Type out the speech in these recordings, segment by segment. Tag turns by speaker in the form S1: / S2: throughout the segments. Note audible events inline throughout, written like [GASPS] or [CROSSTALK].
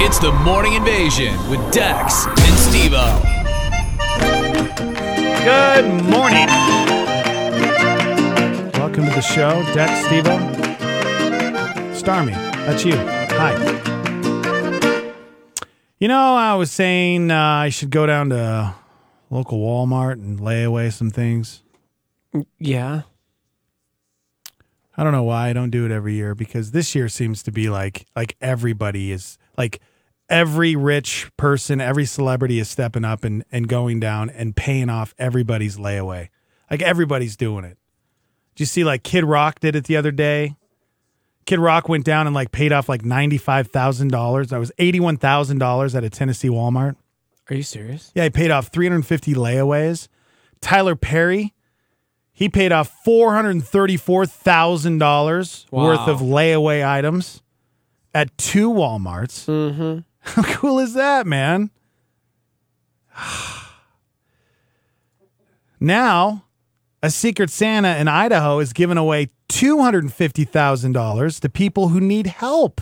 S1: It's the Morning Invasion with Dex and Stevo.
S2: Good morning.
S3: Welcome to the show, Dex Stevo. Starmy, that's you. Hi. You know, I was saying uh, I should go down to local Walmart and lay away some things.
S2: Yeah.
S3: I don't know why I don't do it every year because this year seems to be like like everybody is like every rich person, every celebrity is stepping up and and going down and paying off everybody's layaway. Like everybody's doing it. Did you see like Kid Rock did it the other day? Kid Rock went down and like paid off like $95,000. That was $81,000 at a Tennessee Walmart.
S2: Are you serious?
S3: Yeah, he paid off 350 layaways. Tyler Perry, he paid off $434,000 worth
S2: Wow.
S3: of layaway items at two Walmarts. Mm-hmm. [LAUGHS] How cool is that, man? [SIGHS] now, a Secret Santa in Idaho is giving away $250,000 to people who need help.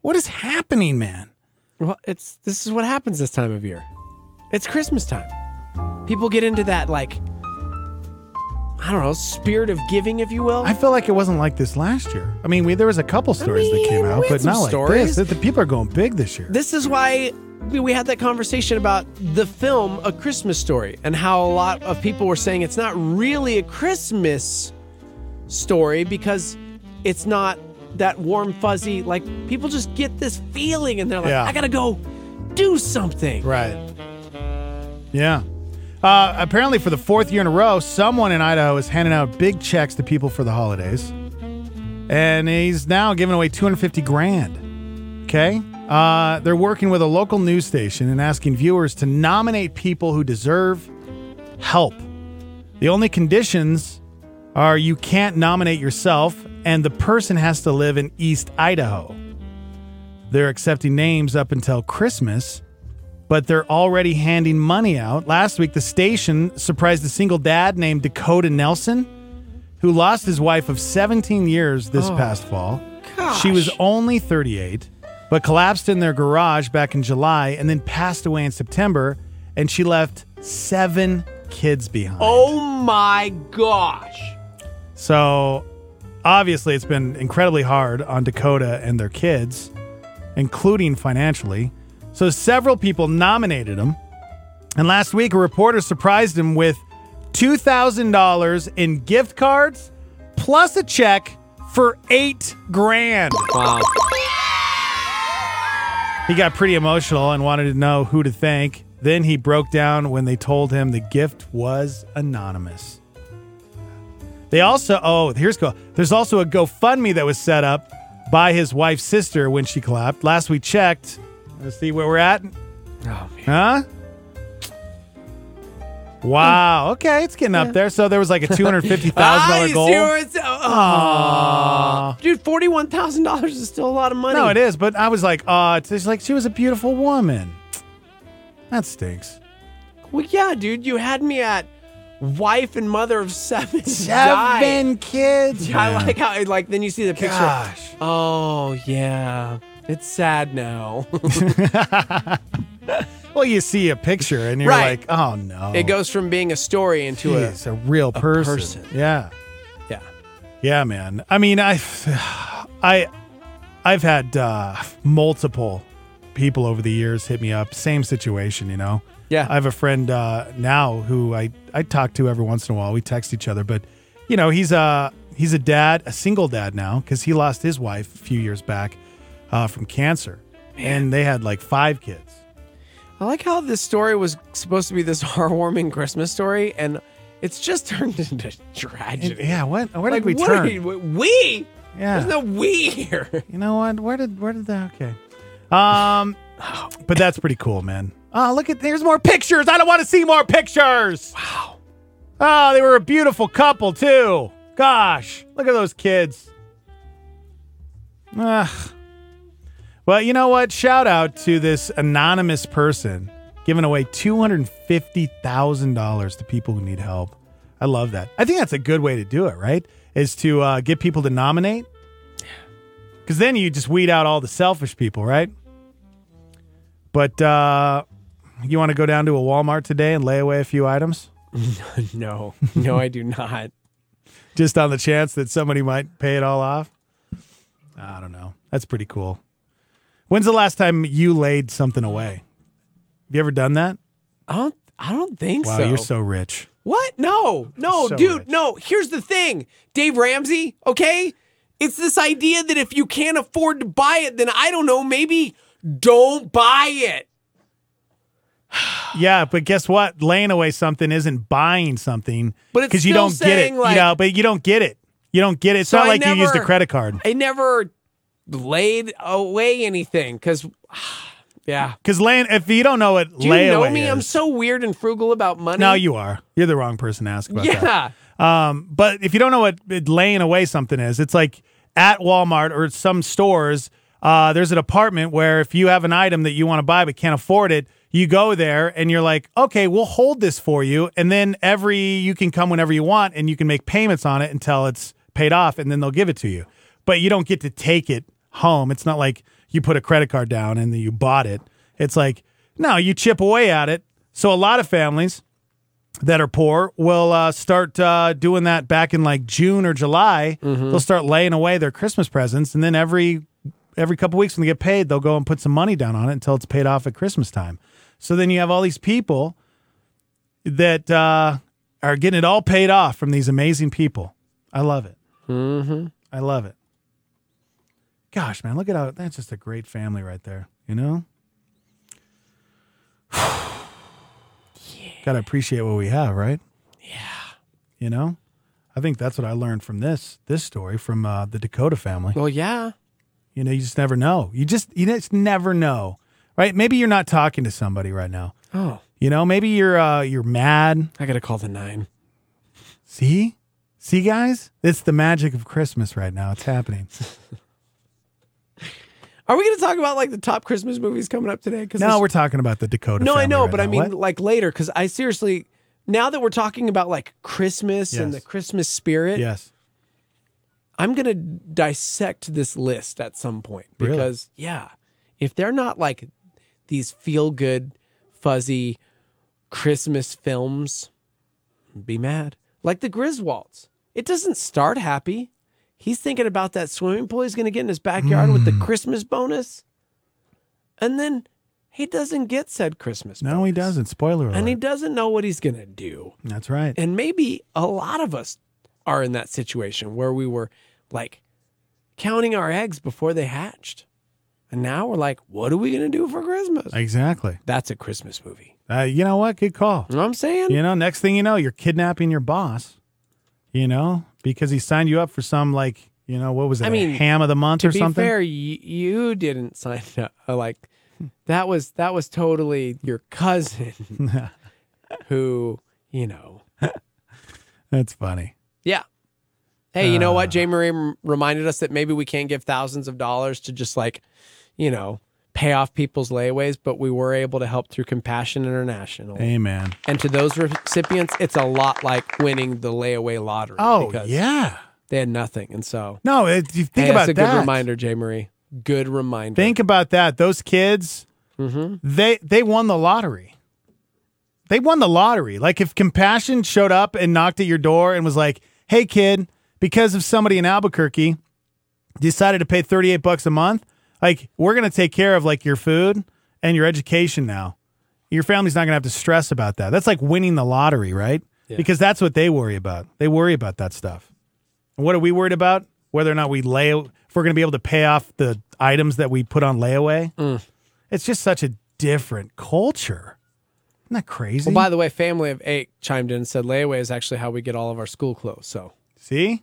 S3: What is happening, man?
S2: Well, it's this is what happens this time of year. It's Christmas time. People get into that like I don't know, spirit of giving, if you will.
S3: I feel like it wasn't like this last year. I mean, we, there was a couple stories
S2: mean,
S3: that came out,
S2: we had
S3: but
S2: some
S3: not like
S2: stories.
S3: this. The people are going big this year.
S2: this is why we we had that conversation about the film A Christmas Story and how a lot of people were saying it's not really a Christmas story because it's not that warm fuzzy like people just get this feeling and they're like
S3: Yeah.
S2: I got to go do something.
S3: right. Yeah. Uh, apparently, for the fourth year in a row, someone in Idaho is handing out big checks to people for the holidays, and he's now giving away 250 grand. Okay. Uh, they're working with a local news station and asking viewers to nominate people who deserve help. The only conditions are you can't nominate yourself and the person has to live in East Idaho. They're accepting names up until Christmas, but they're already handing money out. Last week, the station surprised a single dad named Dakota Nelson who lost his wife of 17 years this past fall. She was only 38, but collapsed in their garage back in July and then passed away in September, and she left seven kids behind.
S2: Oh my gosh.
S3: So obviously, it's been incredibly hard on Dakota and their kids, including financially. So several people nominated him. And last week, a reporter surprised him with $2,000 in gift cards plus a check for eight grand.
S2: Wow.
S3: He got pretty emotional and wanted to know who to thank. Then he broke down when they told him the gift was anonymous. They also, oh, here's go. There's also a GoFundMe that was set up by his wife's sister when she collapsed. Last we checked, let's see where we're at.
S2: Oh, man.
S3: Huh? Wow. Okay, it's getting up there. So there was like a
S2: [LAUGHS]
S3: two hundred fifty thousand
S2: Ah,
S3: dollar
S2: you
S3: goal.
S2: see where it's- oh. uh, Dude, forty-one thousand dollars is still a lot of money.
S3: No, it is. But I was like, oh, it's just like she was a beautiful woman. That stinks.
S2: Well, yeah, dude, you had me at wife and mother of seven. died.
S3: Seven kids.
S2: I
S3: man.
S2: like how like then you see the picture.
S3: Gosh.
S2: Oh yeah, it's
S3: [LAUGHS]
S2: sad now.
S3: Well, you see a picture and you're
S2: Right.
S3: like, oh no.
S2: it goes from being a story into
S3: Jeez, a real person.
S2: person.
S3: Yeah.
S2: a yeah.
S3: Yeah, man. I mean, I, I, I've had uh, multiple people over the years hit me up. Same situation, you know.
S2: Yeah.
S3: I have a friend uh, now who I I talk to every once in a while. We text each other, but you know, he's a he's a dad, a single dad now, because he lost his wife a few years back uh, from cancer, and they had like five kids.
S2: I like how this story was supposed to be this [LAUGHS] heartwarming Christmas story, and it's just turned [LAUGHS] into
S3: And-
S2: tragedy.
S3: yeah. What? Where did
S2: Like
S3: we
S2: what
S3: turn?
S2: are you- we?
S3: Yeah.
S2: There's no we here.
S3: [LAUGHS] You know what? Where did where did that? Okay. Um, [GASPS] but that's pretty cool, man. Oh, look at there's more pictures. I don't want to see more pictures. Wow. Oh, they were a beautiful couple too. Gosh, look at those kids. Ugh. Well, you know what? Shout out to this anonymous person giving away two hundred fifty thousand dollars to people who need help. I love that. I think that's a good way to do it. Right? Is to uh, get people to nominate. Because then you just weed out all the selfish people, right? But uh, you want to go down to a Walmart today and lay away a few items?
S2: no, no, I do not.
S3: just on the chance that somebody might pay it all off. I don't know. That's pretty cool. When's the last time you laid something away? Have you ever done that?
S2: I don't. I don't think
S3: Wow,
S2: so.
S3: you're so rich.
S2: What? No, no,
S3: So
S2: dude,
S3: rich.
S2: no. Here's the thing, Dave Ramsey. Okay, it's this idea that if you can't afford to buy it, then I don't know. Maybe don't buy it.
S3: Yeah, but guess what? Laying away something isn't buying something.
S2: But it's
S3: you
S2: still
S3: don't get it.
S2: saying, like-
S3: you know, but you don't get it. You don't get it. It's
S2: So
S3: not
S2: I
S3: like you used a
S2: never-
S3: credit card.
S2: I never laid away anything because, [SIGHS] yeah.
S3: Because laying, if you don't know what
S2: Do you
S3: layaway
S2: know me? I'm
S3: is-
S2: so weird and frugal about money.
S3: no, you are. You're the wrong person to ask about that.
S2: Yeah.
S3: Um, but if you don't know what it- laying away something is, it's like at Walmart or some stores, uh, there's an apartment where if you have an item that you want to buy but can't afford it, you go there and you're like, okay, we'll hold this for you, and then every you can come whenever you want and you can make payments on it until it's paid off, and then they'll give it to you. But you don't get to take it home. It's not like you put a credit card down and then you bought it. It's like no, you chip away at it. So a lot of families that are poor will uh, start uh, doing that back in like June or July. They'll start laying away their Christmas presents, and then every every couple weeks when they get paid, they'll go and put some money down on it until it's paid off at Christmas time. So then you have all these people that uh, are getting it all paid off from these amazing people. I love it. Mm-hmm. I love it. Gosh, man, look at how that's just a great family right there. You know. [SIGHS] Gotta appreciate what we have, right? Yeah. You know, I think that's what I learned from this this story from uh, the Dakota family.
S2: Well, yeah.
S3: You know, you just never know. You just you just never know, right? Maybe you're not talking to somebody right now.
S2: Oh,
S3: You know, maybe you're uh, you're mad.
S2: I gotta call the nine.
S3: See, see, guys, it's the magic of Christmas right now. It's
S2: [LAUGHS]
S3: happening.
S2: Are we gonna talk about like the top Christmas movies coming up today? Because
S3: no, we're talking about the Dakota.
S2: No, I
S3: family
S2: know,
S3: right
S2: but I
S3: now.
S2: mean,
S3: What?
S2: like later, because I seriously, now that we're talking about like Christmas and the
S3: Yes.
S2: Christmas spirit,
S3: yes,
S2: I'm gonna dissect this list at some point
S3: Really?
S2: because, yeah, if they're not like these feel good, fuzzy Christmas films, be mad. Like the Griswolds, it doesn't start happy. He's thinking about that swimming pool he's gonna get in his backyard with
S3: Hmm.
S2: the Christmas bonus, and then he doesn't get said Christmas.
S3: no, he
S2: bonus.
S3: doesn't. Spoiler alert.
S2: And he doesn't know what he's going to do.
S3: that's right.
S2: And maybe a lot of us are in that situation where we were like counting our eggs before they hatched. And now we're like, what are we going to do for Christmas?
S3: exactly.
S2: That's a Christmas movie.
S3: Uh, you know what? Good call.
S2: You know what I'm saying?
S3: You know, next thing you know, you're kidnapping your boss, you know, because he signed you up for some like, you know, what was it?
S2: I
S3: a
S2: mean,
S3: ham of the month
S2: to
S3: or
S2: be
S3: something.
S2: fair, y- you didn't sign [LAUGHS] up. Uh, Like that was that was totally your cousin who, you know.
S3: That's funny.
S2: Yeah. Hey, you know what?
S3: Uh.
S2: Jay Marie m- reminded us that maybe we can't give thousands of dollars to just like, you know, pay off people's layaways, but we were able to help through Compassion International.
S3: Amen.
S2: And to those recipients, it's a lot like winning the layaway lottery.
S3: Oh
S2: because
S3: yeah.
S2: they had nothing, and so
S3: No, it, you think
S2: hey,
S3: about
S2: that's a
S3: that.
S2: good reminder, Jay Marie. Good reminder.
S3: Think about that. Those kids, they they won the lottery. They won the lottery. Like if compassion showed up and knocked at your door and was like, "Hey, kid, because of somebody in Albuquerque decided to pay thirty eight bucks a month, like we're gonna take care of like your food and your education now. Your family's not gonna have to stress about that. That's like winning the lottery, right? Because that's what they worry about. They worry about that stuff. And what are we worried about? Whether or not we lay, if we're going to be able to pay off the items that we put on layaway.
S2: Mm.
S3: It's just such a different culture. Isn't that crazy?
S2: well, by the way, family of eight chimed in and said layaway is actually how we get all of our school clothes. So
S3: See?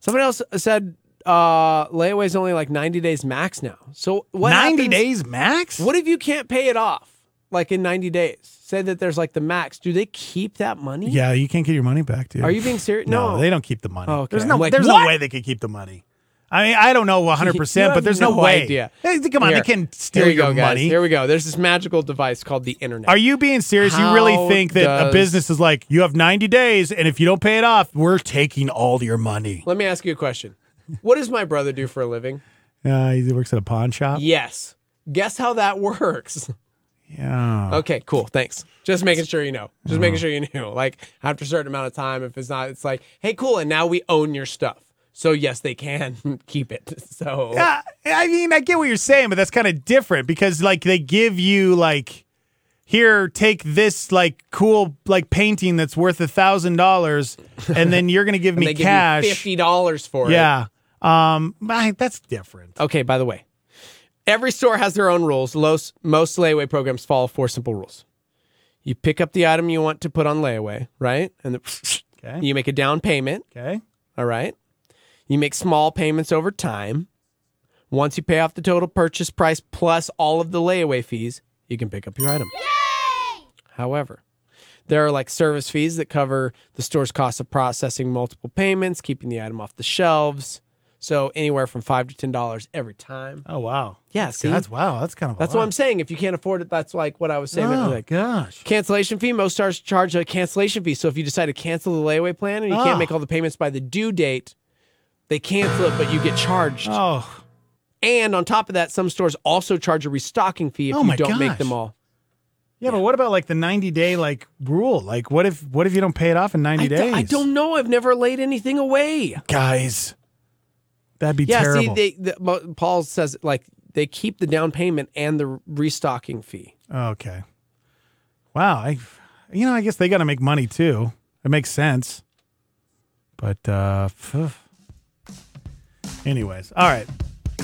S2: Somebody else said uh, layaway is only like 90 days max now. So what
S3: 90
S2: happens-
S3: days max?
S2: What if you can't pay it off like in 90 days? Say that there's like the max. Do they keep that money?
S3: Yeah, you can't get your money back, dude.
S2: Are you being serious?
S3: No,
S2: No.
S3: they don't keep the money.
S2: Oh, okay.
S3: There's no,
S2: I'm like,
S3: there's
S2: "What?"
S3: no way they could keep the money. I mean, I don't
S2: [LAUGHS]
S3: know 100%,
S2: You
S3: but
S2: have
S3: there's no,
S2: no
S3: way.
S2: idea.
S3: Hey, Come on,
S2: Here.
S3: they can steal
S2: Here we
S3: your
S2: go, guys.
S3: money.
S2: Here we go. There's this magical device called the internet.
S3: Are you being serious? you
S2: How
S3: really think that a
S2: does-
S3: business is like, you have 90 days, and if you don't pay it off, we're taking all your money?
S2: Let me ask you a question. What does my brother do for a living?
S3: Uh, he works at a pawn shop.
S2: Yes. Guess how that works.
S3: Yeah.
S2: Okay, cool. Thanks. Just making sure you know. Just
S3: Oh.
S2: making sure you knew. Like after a certain amount of time, if it's not, it's like, hey, cool. And now we own your stuff. So yes, they can [LAUGHS] keep it. So
S3: Yeah, I mean, I get what you're saying, but that's kind of different because like they give you like here, take this like cool like painting that's worth a thousand dollars, and then you're gonna give
S2: [LAUGHS] and
S3: me
S2: they give
S3: cash.
S2: you fifty dollars for it.
S3: yeah. Um I, that's different.
S2: Okay, by the way, every store has their own rules. Los, most layaway programs follow four simple rules. You pick up the item you want to put on layaway, right? And the, [LAUGHS]
S3: Okay.
S2: you make a down payment,
S3: Okay.
S2: all right? You make small payments over time. Once you pay off the total purchase price plus all of the layaway fees, you can pick up your item. However, there are like service fees that cover the store's cost of processing multiple payments, keeping the item off the shelves. So anywhere from five to ten dollars every time.
S3: Oh wow.
S2: Yeah, see,
S3: That's
S2: that's,
S3: wow. That's kind of
S2: what I'm saying. If you can't afford it, that's like what I was saying.
S3: Oh
S2: Like,
S3: gosh.
S2: cancellation fee. Most stars charge a cancellation fee. So if you decide to cancel the layaway plan and you
S3: Ah.
S2: can't make all the payments by the due date, they cancel it, but you get charged.
S3: Oh
S2: And on top of that, some stores also charge a restocking fee if
S3: Oh my
S2: you don't
S3: gosh.
S2: make them all.
S3: yeah, but what about like the 90 day like rule? Like, what if what if you don't pay it off in 90
S2: I,
S3: days?
S2: do- I don't know. I've never laid anything away.
S3: guys. That'd be
S2: Yeah,
S3: terrible.
S2: see, they, the, Mo- Paul says like they keep the down payment and the restocking fee.
S3: Oh, Okay. Wow. I, you know, I guess they got to make money too. It makes sense. But, uh, phew. anyways, all right.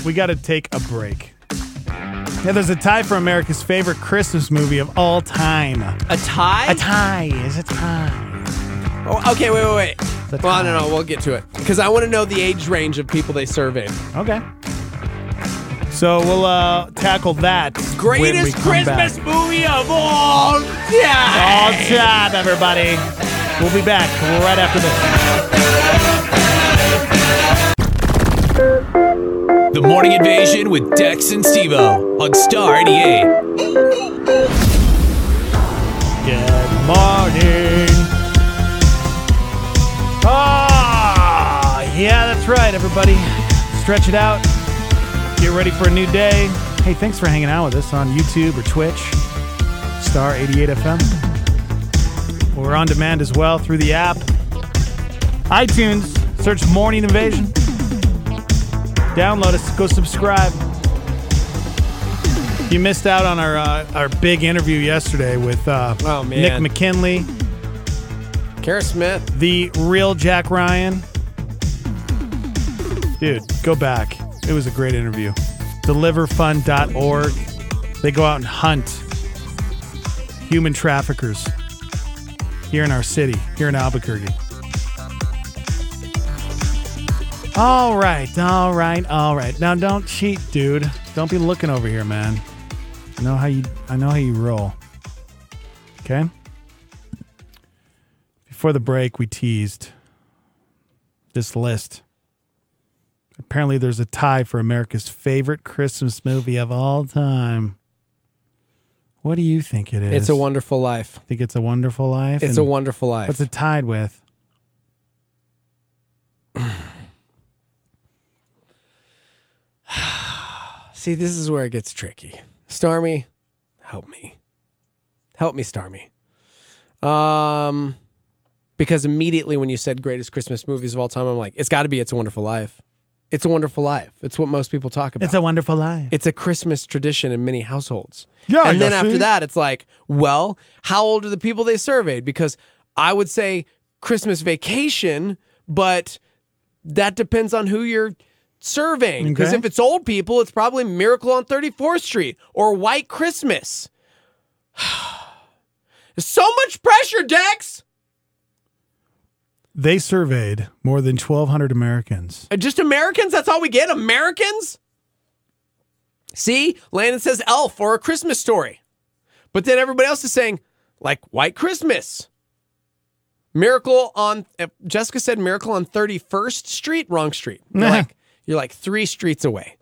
S3: We got to take a break. Yeah, there's a tie for America's favorite Christmas movie of all time.
S2: A tie?
S3: A tie is a tie.
S2: Oh, okay, wait, wait,
S3: The
S2: wait. Well, no, no, we'll get to it because I want to know the age range of people they surveyed.
S3: Okay. So we'll uh, tackle that. when we
S2: Greatest
S3: come back.
S2: Christmas movie of all
S3: All
S2: time.
S3: time, everybody. We'll be back right after this.
S1: The Morning Invasion with Dex and Stevo on Star 88.
S3: Good morning. Ah, yeah, that's right, everybody. Stretch it out. Get ready for a new day. Hey, thanks for hanging out with us on YouTube or Twitch, Star 88 FM. We're on demand as well through the app. iTunes, search Morning Invasion. Download us, go subscribe. You missed out on our uh, our big interview yesterday with uh,
S2: Oh,
S3: Nick
S2: man.
S3: McKinley,
S2: Kara Smith.
S3: the real Jack Ryan. Dude, go back. It was a great interview. Deliverfund.org. They go out and hunt human traffickers here in our city, here in Albuquerque. All right, all right, all right. Now don't cheat, dude. Don't be looking over here, man. I know how you I know how you roll. Okay? Before the break, we teased this list. Apparently, there's a tie for America's favorite Christmas movie of all time. What do you think it is?
S2: It's a Wonderful Life.
S3: Think it's a wonderful life.
S2: It's
S3: and
S2: a Wonderful Life.
S3: What's it tied with?
S2: See, this is where it gets tricky. Starmy, help me. Help me, Starmy. Um, because immediately when you said greatest Christmas movies of all time, I'm like, it's got to be It's a Wonderful Life. It's a Wonderful Life. It's what most people talk about.
S3: It's a wonderful life.
S2: it's a Christmas tradition in many households.
S3: Yeah,
S2: and then
S3: you see?
S2: after that, it's like, well, how old are the people they surveyed? Because I would say Christmas vacation, but that depends on who you're surveying. Because
S3: Okay.
S2: if it's old people, it's probably Miracle on 34th Street or White Christmas. [SIGHS] There's so much pressure, Dex.
S3: they surveyed more than 1,200 Americans.
S2: Uh, Just Americans? That's all we get? Americans? See, Landon says elf or a Christmas story. But then everybody else is saying, like, White Christmas. Miracle on, uh, Jessica said Miracle on 31st Street, wrong street. You're like, you're like three streets away.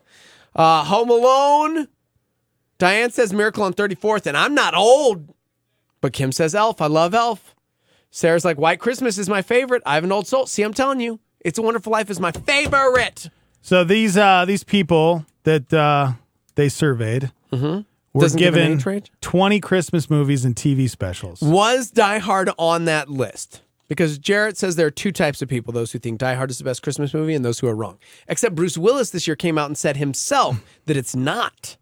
S2: Uh, Home Alone. Diane says Miracle on 34th, and I'm not old. But Kim says elf. I love elf. Sarah's like, White Christmas is my favorite. I have an old soul. See, I'm telling you, It's a Wonderful Life is my favorite.
S3: So these uh, these people that uh, they surveyed We're
S2: Mm-hmm. Doesn't give an
S3: given
S2: age range?
S3: 20 Christmas movies and TV specials.
S2: Was Die Hard on that list? Because Jarrett says there are two types of people those who think Die Hard is the best Christmas movie and those who are wrong. Except Bruce Willis this year came out and
S3: [LAUGHS]
S2: said himself that it's not.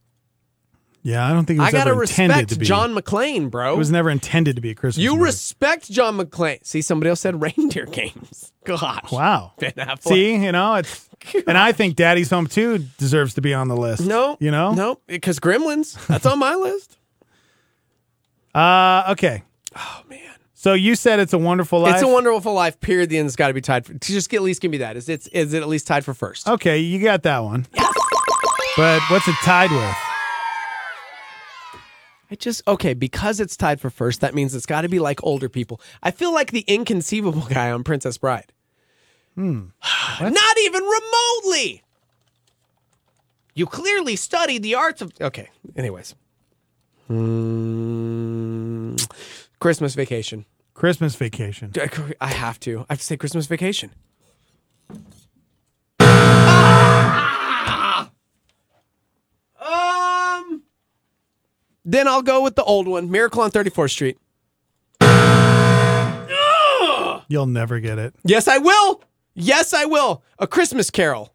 S3: Yeah, I don't think it was
S2: I got to
S3: ever intended to
S2: respect
S3: be.
S2: John McClane, bro.
S3: it was never intended to be a Christmas
S2: you
S3: movie.
S2: respect John McClane. See, somebody else said [LAUGHS] reindeer games. [LAUGHS] Gosh. [LAUGHS]
S3: Wow.
S2: Ben Affleck.
S3: See, you know, it's and I think Daddy's Home Too deserves to be on the list.
S2: No.
S3: you know,
S2: No, because Gremlins. That's on my list.
S3: Uh, okay.
S2: Oh, man.
S3: So you said it's a wonderful life.
S2: It's a Wonderful Life. Period. The end's got to be tied. For, just at least give me that. Is it? Is it at least tied for first?
S3: Okay, you got that one. But what's it tied with?
S2: I just okay because it's tied for first. That means it's got to be like older people. I feel like the inconceivable [LAUGHS] guy on Princess Bride. [SIGHS] Hmm. Not even remotely. You clearly studied the arts of. Okay. Anyways. Hmm. Christmas vacation.
S3: Christmas Vacation.
S2: [LAUGHS] I have to. I have to say Christmas vacation. [LAUGHS] Um. Then I'll go with the old one, Miracle on 34th Street.
S3: You'll never get it.
S2: Yes, I will. Yes, I will. A Christmas Carol.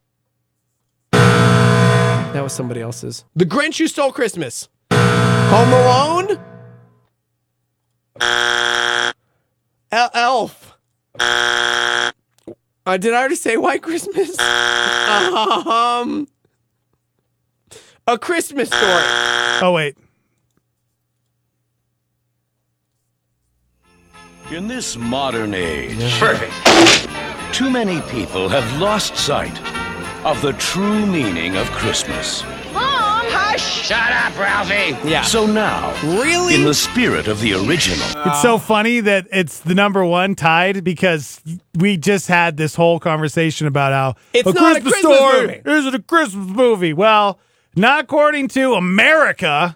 S2: That was somebody else's. The Grinch Who Stole Christmas. Home Alone. El- Elf. Uh, did I already say White Christmas? Um, a Christmas Story.
S3: Oh wait.
S4: In this modern age, perfect. Too many people have lost sight of the true meaning of Christmas.
S5: Mom!
S4: Shut up, Ralphie!
S2: Yeah.
S4: So now,
S2: Really?
S4: in the spirit of the original,
S3: It's
S2: Ah.
S3: so funny that it's the number one tied because we just had this whole conversation about how
S2: It's
S3: a
S2: not a
S3: Christmas
S2: Christmas
S3: story
S2: movie.
S3: isn't a Christmas movie. Well, not according to
S2: [LAUGHS]
S3: America.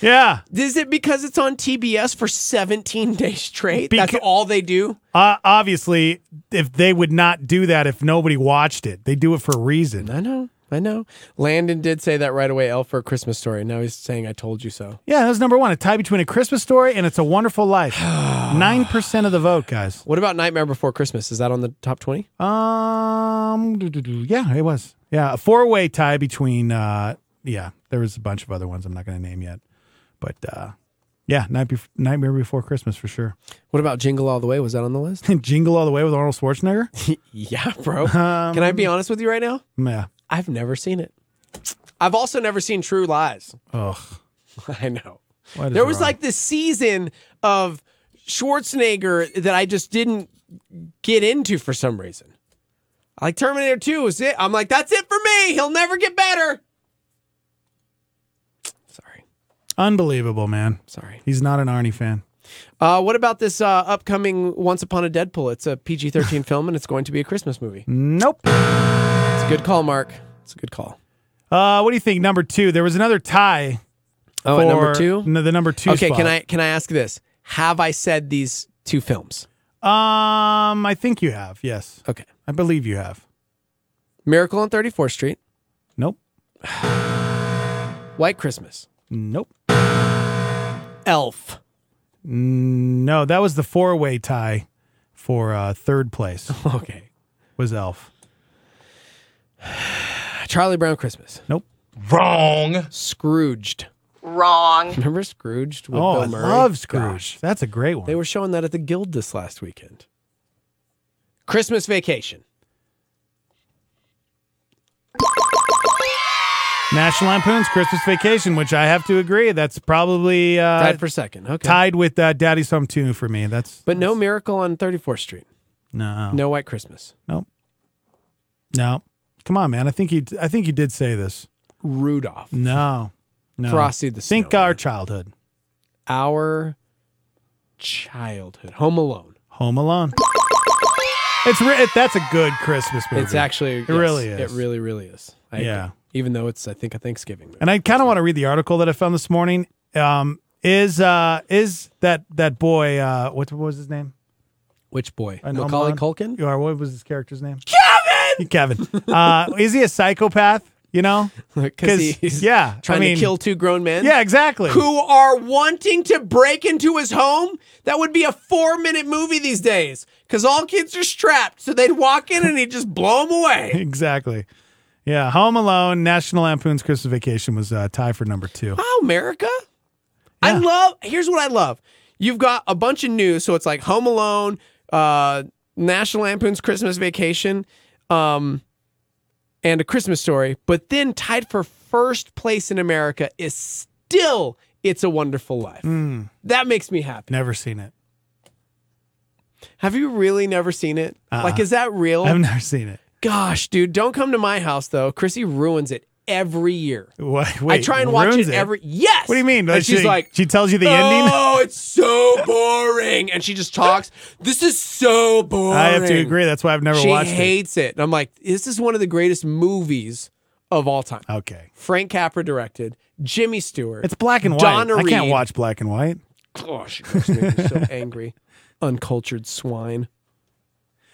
S3: yeah.
S2: Is it because it's on TBS for 17 days straight? That's
S3: Beca-
S2: all they do?
S3: Uh, obviously, if they would not do that if nobody watched it, they do it for a reason.
S2: I know. I know. Landon did say that right away, Elf for a Christmas story. Now he's saying, I told you so.
S3: Yeah, that was number one. A tie between A Christmas Story and It's a Wonderful
S2: [SIGHS]
S3: Life. 9% of the vote, guys.
S2: What about Nightmare Before Christmas? Is that on the top 20?
S3: Um, doo-doo-doo. yeah, it was. Yeah, a four-way tie between. Uh, yeah, there was a bunch of other ones I'm not going to name yet, but uh, yeah, night bef- Nightmare Before Christmas for sure. [LAUGHS]
S2: What about Jingle All the Way? Was that on the list?
S3: Jingle all the way with Arnold Schwarzenegger. [LAUGHS]
S2: yeah, bro. Can I be honest with you right now?
S3: yeah.
S2: I've never seen it. I've also never seen True Lies. [LAUGHS]
S3: Ugh.
S2: I know.
S3: What is
S2: There was
S3: wrong?
S2: like this season of Schwarzenegger that I just didn't get into for some reason. Like Terminator 2 was it. I'm like, that's it for me. He'll never get better. Sorry.
S3: unbelievable, man.
S2: Sorry.
S3: He's not an Arnie fan.
S2: Uh, what about this uh, upcoming Once Upon a Deadpool? It's a
S3: [LAUGHS]
S2: PG 13 film and it's going to be a Christmas movie.
S3: Nope.
S2: It's a good call, Mark. It's a good call.
S3: Uh, what do you think? Number two. There was another tie.
S2: Oh,
S3: for
S2: at number two?
S3: No, the number two.
S2: okay,
S3: spot.
S2: can I can I ask this? Have I said these two films?
S3: Um, I think you have. Yes,
S2: Okay.
S3: I believe you have.
S2: Miracle on 34th Street,
S3: Nope.
S2: White Christmas,
S3: Nope.
S2: Elf.
S3: No, that was the four-way tie for uh, third place.
S2: Okay.
S3: was Elf.
S2: Charlie Brown Christmas.
S3: Nope.
S2: Scrooged.
S5: Wrong.
S2: Remember Scrooged with
S3: Oh,
S2: Bill
S3: I
S2: Murray?
S3: love Scrooge.
S2: Gosh.
S3: That's a great one.
S2: They were showing that at the Guild this last weekend. Christmas Vacation.
S3: National Lampoon's Christmas Vacation, which I have to agree, that's probably uh,
S2: Tied for second. Okay.
S3: tied with uh, Daddy's Home 2 for me. That's
S2: But no Miracle on 34th Street.
S3: no,
S2: No White Christmas.
S3: nope, no. Come on, man. I think you. I think you did say this.
S2: Rudolph.
S3: No, no.
S2: Frosty the
S3: Think
S2: Snow
S3: our
S2: Man.
S3: childhood.
S2: Our childhood. Home Alone.
S3: Home Alone. It's re- it, that's a good Christmas movie.
S2: It's actually
S3: It really is.
S2: It really, really is. I
S3: Yeah.
S2: agree. Even though it's I think a Thanksgiving movie.
S3: And I kind of want to read the article that I found this morning. Um, is uh, is that that boy? Uh, what, what was his name?
S2: Which boy?
S3: And
S2: Macaulay
S3: Home Alone?
S2: Culkin?
S3: [LAUGHS] Or what was his character's name? Kevin. Kevin. Uh, is he a psychopath? You know,
S2: [LAUGHS] Because he's
S3: yeah, I
S2: trying
S3: mean-
S2: to kill two grown men.
S3: Yeah, exactly.
S2: Who are wanting to break into his home? That would be a four minute movie these days because all kids are strapped. So they'd walk in and he'd just blow them away.
S3: [LAUGHS] exactly. Yeah, Home Alone, National Lampoon's Christmas Vacation was uh, tied for number two.
S2: Wow, America. I
S3: Yeah.
S2: love, here's what I love you've got a bunch of news. So it's like Home Alone, uh, National Lampoon's Christmas Vacation, um, and A Christmas Story. But then tied for first place in America is still It's a Wonderful Life.
S3: Hmm.
S2: That makes me happy.
S3: Never seen it.
S2: Have you really never seen it? Like, is that real?
S3: Uh-uh. I've never seen it.
S2: Gosh, dude, don't come to my house though. Chrissy ruins it every year.
S3: What? Wait,
S2: I try and watch it,
S3: ruins
S2: every. Yes.
S3: What do you mean?
S2: And she's
S3: she,
S2: like,
S3: she tells you the ending. [LAUGHS]
S2: "Oh, it's so boring," and she just talks. This is so boring.
S3: I have to agree. That's why I've never
S2: She
S3: watched
S2: hates it. And I'm like, this is one of the greatest movies of all time.
S3: it. Okay,
S2: Frank Capra directed. Jimmy Stewart.
S3: it's black and white.
S2: Donna
S3: I can't
S2: Reed.
S3: watch black and white.
S2: Gosh, it makes
S3: [LAUGHS]
S2: me so angry. Uncultured swine.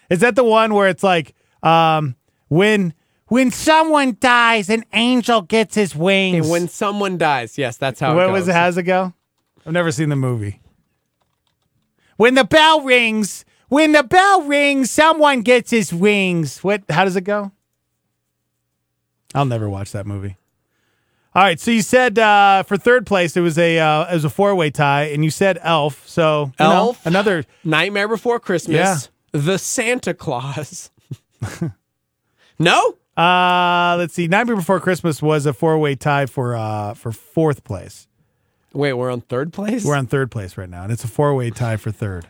S3: Is that the one where it's like um, when when someone dies, an angel gets his wings?
S2: And when someone dies, yes, that's how.
S3: what
S2: it
S3: was
S2: goes.
S3: it? How's it go? I've never seen the movie. When the bell rings, when the bell rings, someone gets his wings. What? How does it go? I'll never watch that movie. All right, so you said uh, for third place it was a uh, it was a four way tie, and you said Elf. So you know,
S2: Elf.
S3: another
S2: Nightmare Before Christmas,
S3: Yeah.
S2: The Santa Claus. [LAUGHS] no?
S3: Uh, let's see. Nightmare Before Christmas was a four-way tie for uh for fourth place.
S2: Wait, we're on third place?
S3: We're on third place right now, and it's a four-way tie for third.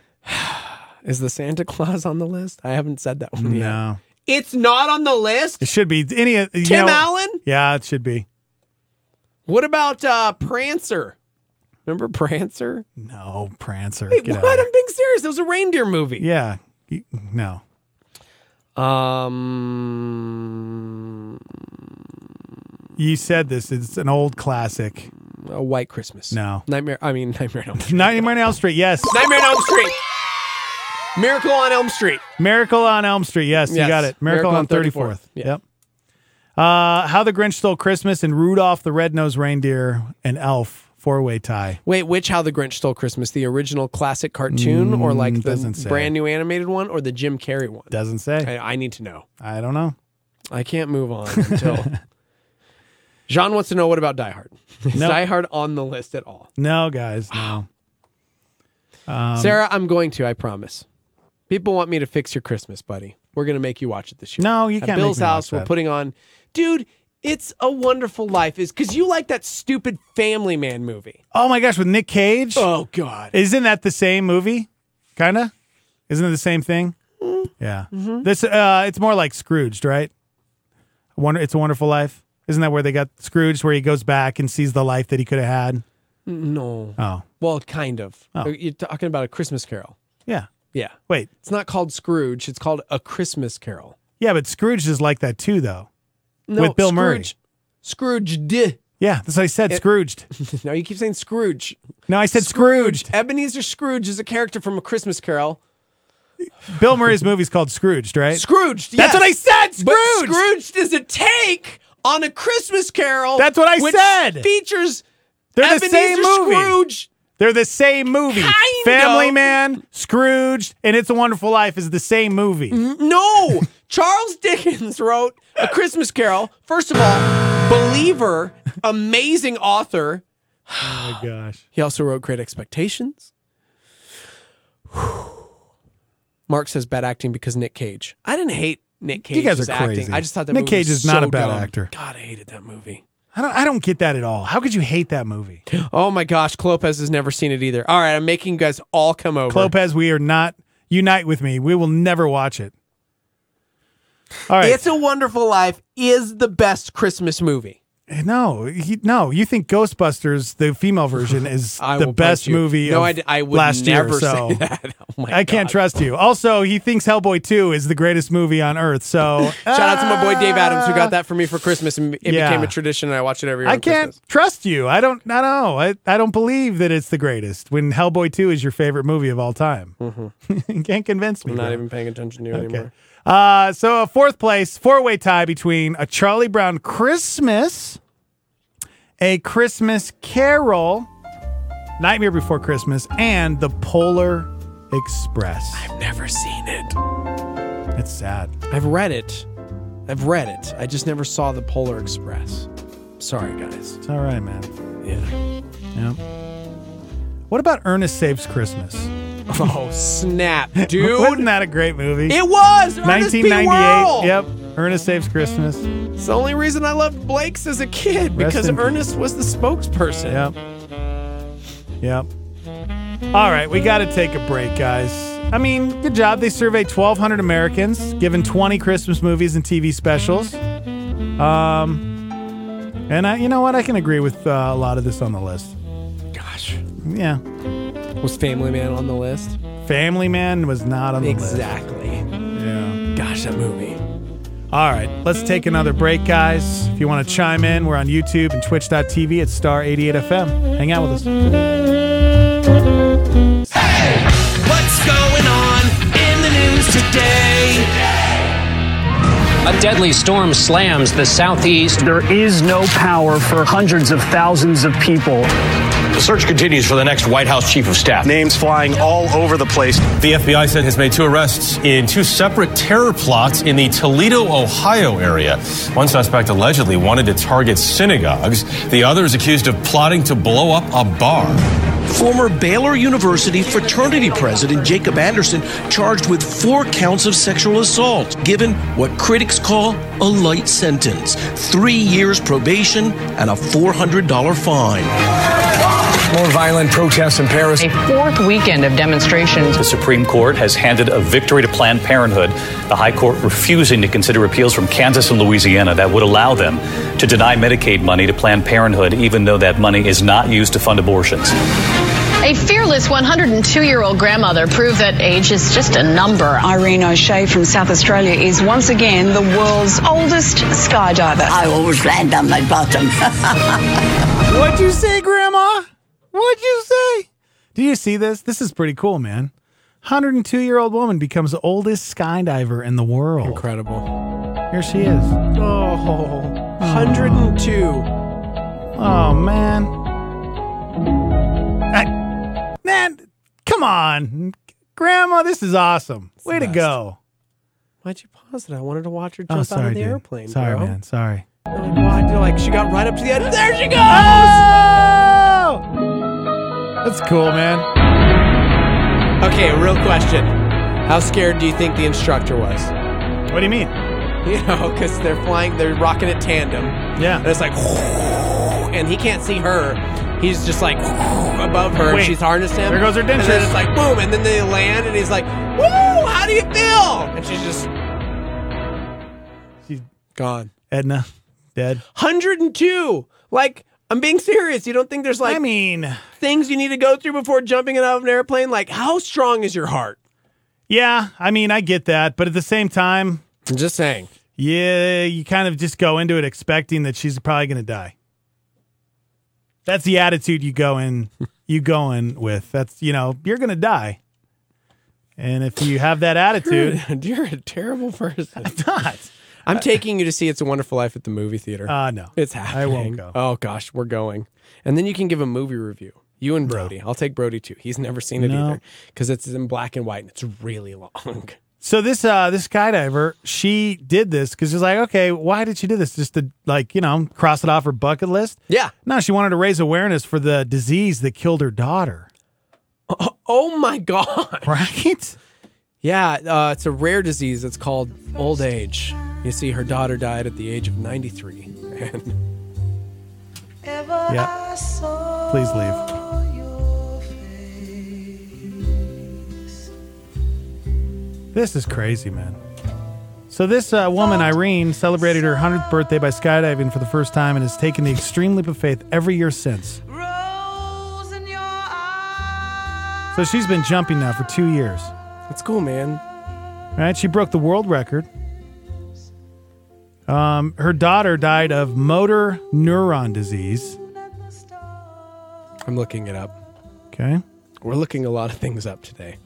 S2: Is the Santa Claus on the list? I haven't said that one yet.
S3: No,
S2: It's not on the list?
S3: it should be any. uh, You
S2: Tim
S3: know-
S2: Allen?
S3: Yeah, it should be.
S2: What about uh, Prancer? Remember Prancer?
S3: No, Prancer.
S2: Wait,
S3: Get out
S2: what?
S3: of here.
S2: I'm being serious. It was a reindeer movie.
S3: Yeah. You- No.
S2: Um,
S3: You said this. It's an old classic.
S2: a White Christmas.
S3: No.
S2: Nightmare, I mean, [LAUGHS] Nightmare on Elm Street.
S3: Nightmare on Elm Street. Yes.
S2: Nightmare on Elm Street. Miracle on Elm Street.
S3: Miracle on Elm Street. Yes,
S2: Yes.
S3: you got it. Miracle,
S2: Miracle on
S3: on 34th.
S2: 34th. Yeah.
S3: Yep. Uh, How the Grinch Stole Christmas and Rudolph the Red-Nosed Reindeer and Elf four-way tie.
S2: Wait, which How the Grinch Stole Christmas? The original classic cartoon or like
S3: Mm, doesn't
S2: the
S3: say.
S2: brand new animated one or the Jim Carrey one?
S3: Doesn't say.
S2: I, I need to know.
S3: I don't know.
S2: I can't move on
S3: [LAUGHS]
S2: until. Jean wants to know what about Die Hard? Is
S3: No.
S2: Die Hard on the list at all?
S3: No, guys, no. Um,
S2: Sarah, I'm going to, I promise. People want me to fix your Christmas, buddy. We're going to make you watch it this year.
S3: No, you
S2: At
S3: can't make
S2: Bill's
S3: me watch
S2: house, we're
S3: that.
S2: putting on. Dude, it's a wonderful life. Is because you like that stupid Family Man movie.
S3: [GASPS] Oh my gosh, with Nick Cage?
S2: Oh, God.
S3: Isn't that the same movie? Kinda? Isn't it the same thing? Yeah. This uh it's more like Scrooged, right? Wonder It's a Wonderful Life. Isn't that where they got Scrooged where he goes back and sees the life that he could have had?
S2: no.
S3: Oh.
S2: Well, kind of. You're talking about a Christmas carol.
S3: Yeah.
S2: Yeah.
S3: Wait.
S2: It's not called Scrooge. It's called A Christmas Carol.
S3: Yeah, but Scrooged is like that too though. With Bill Murray.
S2: Scrooge. Scrooge.
S3: Yeah, that's what I said, Scrooged.
S2: [LAUGHS] No, you keep saying Scrooge.
S3: No, I said Scrooged.
S2: Ebenezer Scrooge is a character from A Christmas Carol.
S3: Bill Murray's movie's called Scrooged, right?
S2: Scrooge.
S3: That's what I said,
S2: But
S3: Scrooged!
S2: Scrooge is a take on A Christmas Carol.
S3: That's what I
S2: which
S3: said!
S2: Features
S3: They're
S2: Ebenezer
S3: the same movie.
S2: Scrooge.
S3: They're the same movie.
S2: Kind
S3: Family
S2: of.
S3: Man, Scrooged, and It's a Wonderful Life is the same movie.
S2: Mm-hmm. No, Charles Dickens wrote A Christmas Carol. First of all, believer, amazing author.
S3: Oh my gosh.
S2: He also wrote Great Expectations. [SIGHS] Mark says bad acting because Nick Cage. I didn't hate Nick Cage.
S3: guys are crazy.
S2: acting. I just thought that
S3: Nick
S2: movie
S3: Cage
S2: was
S3: is not
S2: so
S3: a bad
S2: dumb.
S3: actor.
S2: God, I hated that movie.
S3: I don't I don't get that at all. How could you hate that movie?
S2: Oh my gosh, Clopez has never seen it either. All right, I'm making you guys all come over.
S3: Lopez, we are not unite with me. We will never watch it. All right.
S2: It's a Wonderful Life is the best Christmas movie.
S3: no, he, no. You think Ghostbusters, the female version, is
S2: [LAUGHS] I
S3: the
S2: will punch
S3: best
S2: you.
S3: movie
S2: No,
S3: of
S2: I d- I would
S3: last
S2: never
S3: year?
S2: say
S3: So
S2: [LAUGHS] that. [LAUGHS] Oh my
S3: I can't
S2: God.
S3: trust you. Also, he thinks Hellboy Two is the greatest movie on earth. So uh,
S2: Shout out to my boy Dave Adams who got that for me for Christmas, and it
S3: Ah. Yeah.
S2: became a tradition. And I watch it every year.
S3: I
S2: on
S3: can't
S2: Christmas.
S3: trust you. I don't. I don't know. I, I don't believe that it's the greatest. When Hellboy Two is your favorite movie of all time, [LAUGHS] you can't convince me.
S2: Mm-hmm. I'm not
S3: bro.
S2: even paying attention to you
S3: Okay.
S2: anymore.
S3: Uh, so a fourth place, four-way tie between a Charlie Brown Christmas, a Christmas Carol, Nightmare Before Christmas, and the Polar Express.
S2: Never seen it.
S3: It's sad.
S2: I've read it. I've read it. I just never saw the Polar Express. Sorry, guys.
S3: It's all right, man.
S2: Yeah. [LAUGHS]
S3: Yeah. What about Ernest Saves Christmas?
S2: Oh, snap,
S3: [LAUGHS]
S2: dude.
S3: Wasn't that a great movie?
S2: it was Ernest P. Worrell!
S3: Yep. Ernest Saves Christmas.
S2: It's the only reason I loved Blake's as a
S3: Rest
S2: kid because
S3: in
S2: Ernest was the spokesperson.
S3: Yep. Yep. All right, we got to take a break, guys. I mean, good job. They surveyed 1,200 Americans, given 20 Christmas movies and TV specials. Um, and I, you know what? I can agree with uh, a lot of this on the list.
S2: Gosh,
S3: Yeah.
S2: was Family Man on the list?
S3: Family Man was not on the
S2: Exactly.
S3: list. Yeah.
S2: Gosh, that movie.
S3: All right, let's take another break, guys. If you want to chime in, we're on YouTube and twitch.tv at star88fm. Hang out with us.
S1: What's going on in the news today?
S6: A deadly storm slams the southeast.
S7: There is no power for hundreds of thousands of people.
S8: The search continues for the next White House chief of staff.
S9: Names flying all over the place.
S10: The FBI said has made two arrests in two separate terror plots in the Toledo, Ohio area. One suspect allegedly wanted to target synagogues. The other is accused of plotting to blow up a bar.
S11: Former Baylor University fraternity president Jacob Anderson charged with four counts of sexual assault, given what critics call a light sentence three years probation and a $400 fine.
S8: More violent protests in Paris.
S5: A fourth weekend of demonstrations.
S9: The Supreme Court has handed a victory to Planned Parenthood, the High Court refusing to consider appeals from Kansas and Louisiana that would allow them to deny Medicaid money to Planned Parenthood, even though that money is not used to fund abortions.
S5: A fearless 102 year old grandmother proved that age is just a number.
S7: Irene O'Shea from South Australia is once again the world's oldest skydiver. I always land on my bottom.
S3: What'd you say, Grandma? What'd you say? Do you see this? This is pretty cool, man. 102 year old woman becomes the oldest skydiver in the world.
S2: Incredible.
S3: Here she is.
S2: Oh, 102.
S3: Oh, man. I, man, come on. Grandma, this is awesome. Way
S2: the
S3: to go.
S2: Why'd you pause it? I wanted to watch her
S3: oh,
S2: jump
S3: sorry,
S2: out of the
S3: dude.
S2: airplane.
S3: Sorry,
S2: bro.
S3: man. Sorry.
S2: Like, why'd you- like, she got right up to the edge. There she goes.
S3: Oh! That's cool, man.
S2: Okay, real question. How scared do you think the instructor was? [LAUGHS]
S3: What do you mean?
S2: You know, because they're flying, they're rocking it tandem.
S3: Yeah.
S2: And it's like, and he can't see her. He's just like above her. and
S3: Wait,
S2: she's harnessed him.
S3: there goes her
S2: And then
S3: dentures.
S2: it's like, boom. And then they land, and he's like, woo, how do you feel? And she's just
S3: She's-
S2: gone.
S3: Edna, dead.
S2: 102. Like, I'm being serious. You don't think there's like
S3: I mean,
S2: things you need to go through before jumping out of an airplane? Like, how strong is your heart?
S3: Yeah, I mean, I get that, but at the same time,
S2: I'm just saying.
S3: yeah, you kind of just go into it expecting that she's probably going to die. That's the attitude you go
S2: [LAUGHS]
S3: in you go in with. That's, you know, you're going to die. And if you have that
S2: [LAUGHS]
S3: attitude,
S2: you're a terrible person.
S3: not.
S2: I'm taking you to see It's a Wonderful Life at the movie theater.
S3: Uh no.
S2: It's
S3: I
S2: happening.
S3: won't go.
S2: Oh gosh, we're going. And then you can give a movie review. You and Brody. I'll take Brody too. He's never seen it
S3: No.
S2: either because it's in black and white and it's really long. [LAUGHS]
S3: So this uh this skydiver, she did this cuz she's like, "Okay, why did she do this? Just to like, you know, cross it off her bucket list?"
S2: Yeah.
S3: No, she wanted to raise awareness for the disease that killed her daughter.
S2: Oh my god.
S3: Right?
S2: Yeah, uh, it's a rare disease. It's called old age. You see, her daughter died at the age of 93. And
S3: Yeah. Please leave. This is crazy, man. So this uh, woman Irene celebrated her 100th birthday by skydiving for the first time and has taken the extreme leap of faith every year since. So she's been jumping now for 2 years.
S2: it's cool, man.
S3: Right? She broke the world record. Um, her daughter died of motor neuron disease.
S2: I'm looking it up.
S3: Okay.
S2: We're looking a lot of things up today.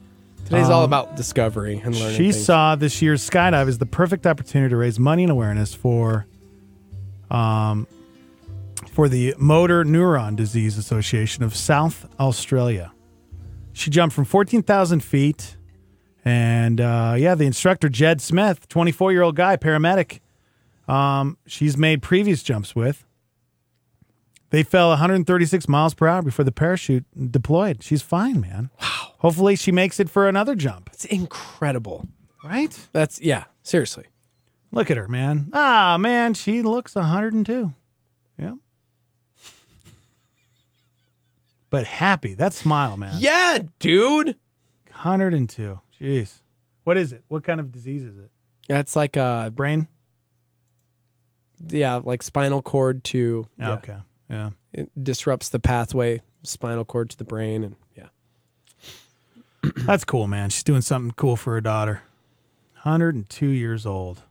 S2: Today's all
S3: Um,
S2: about discovery and learning.
S3: She
S2: things.
S3: saw this year's skydive as the perfect opportunity to raise money and awareness for, um, for the Motor Neuron Disease Association of South Australia. She jumped from fourteen thousand feet, and uh, yeah, the instructor Jed Smith, twenty-four-year-old guy, paramedic. Um, she's made previous jumps with. They fell 136 miles per hour before the parachute deployed. She's fine, man. Wow. Hopefully, she makes it for another jump.
S2: It's incredible,
S3: right?
S2: That's yeah. Seriously,
S3: look at her, man. Ah, man, she looks 102. Yeah. But happy. That smile, man.
S2: Yeah, dude.
S3: 102. Jeez. What is it? What kind of disease is it?
S2: Yeah, it's like uh, a
S3: brain.
S2: Yeah, like spinal cord to. yeah.
S3: Okay. Yeah.
S2: It disrupts the pathway, spinal cord to the brain, and yeah.
S3: That's cool, man. She's doing something cool for her daughter. 102 years old.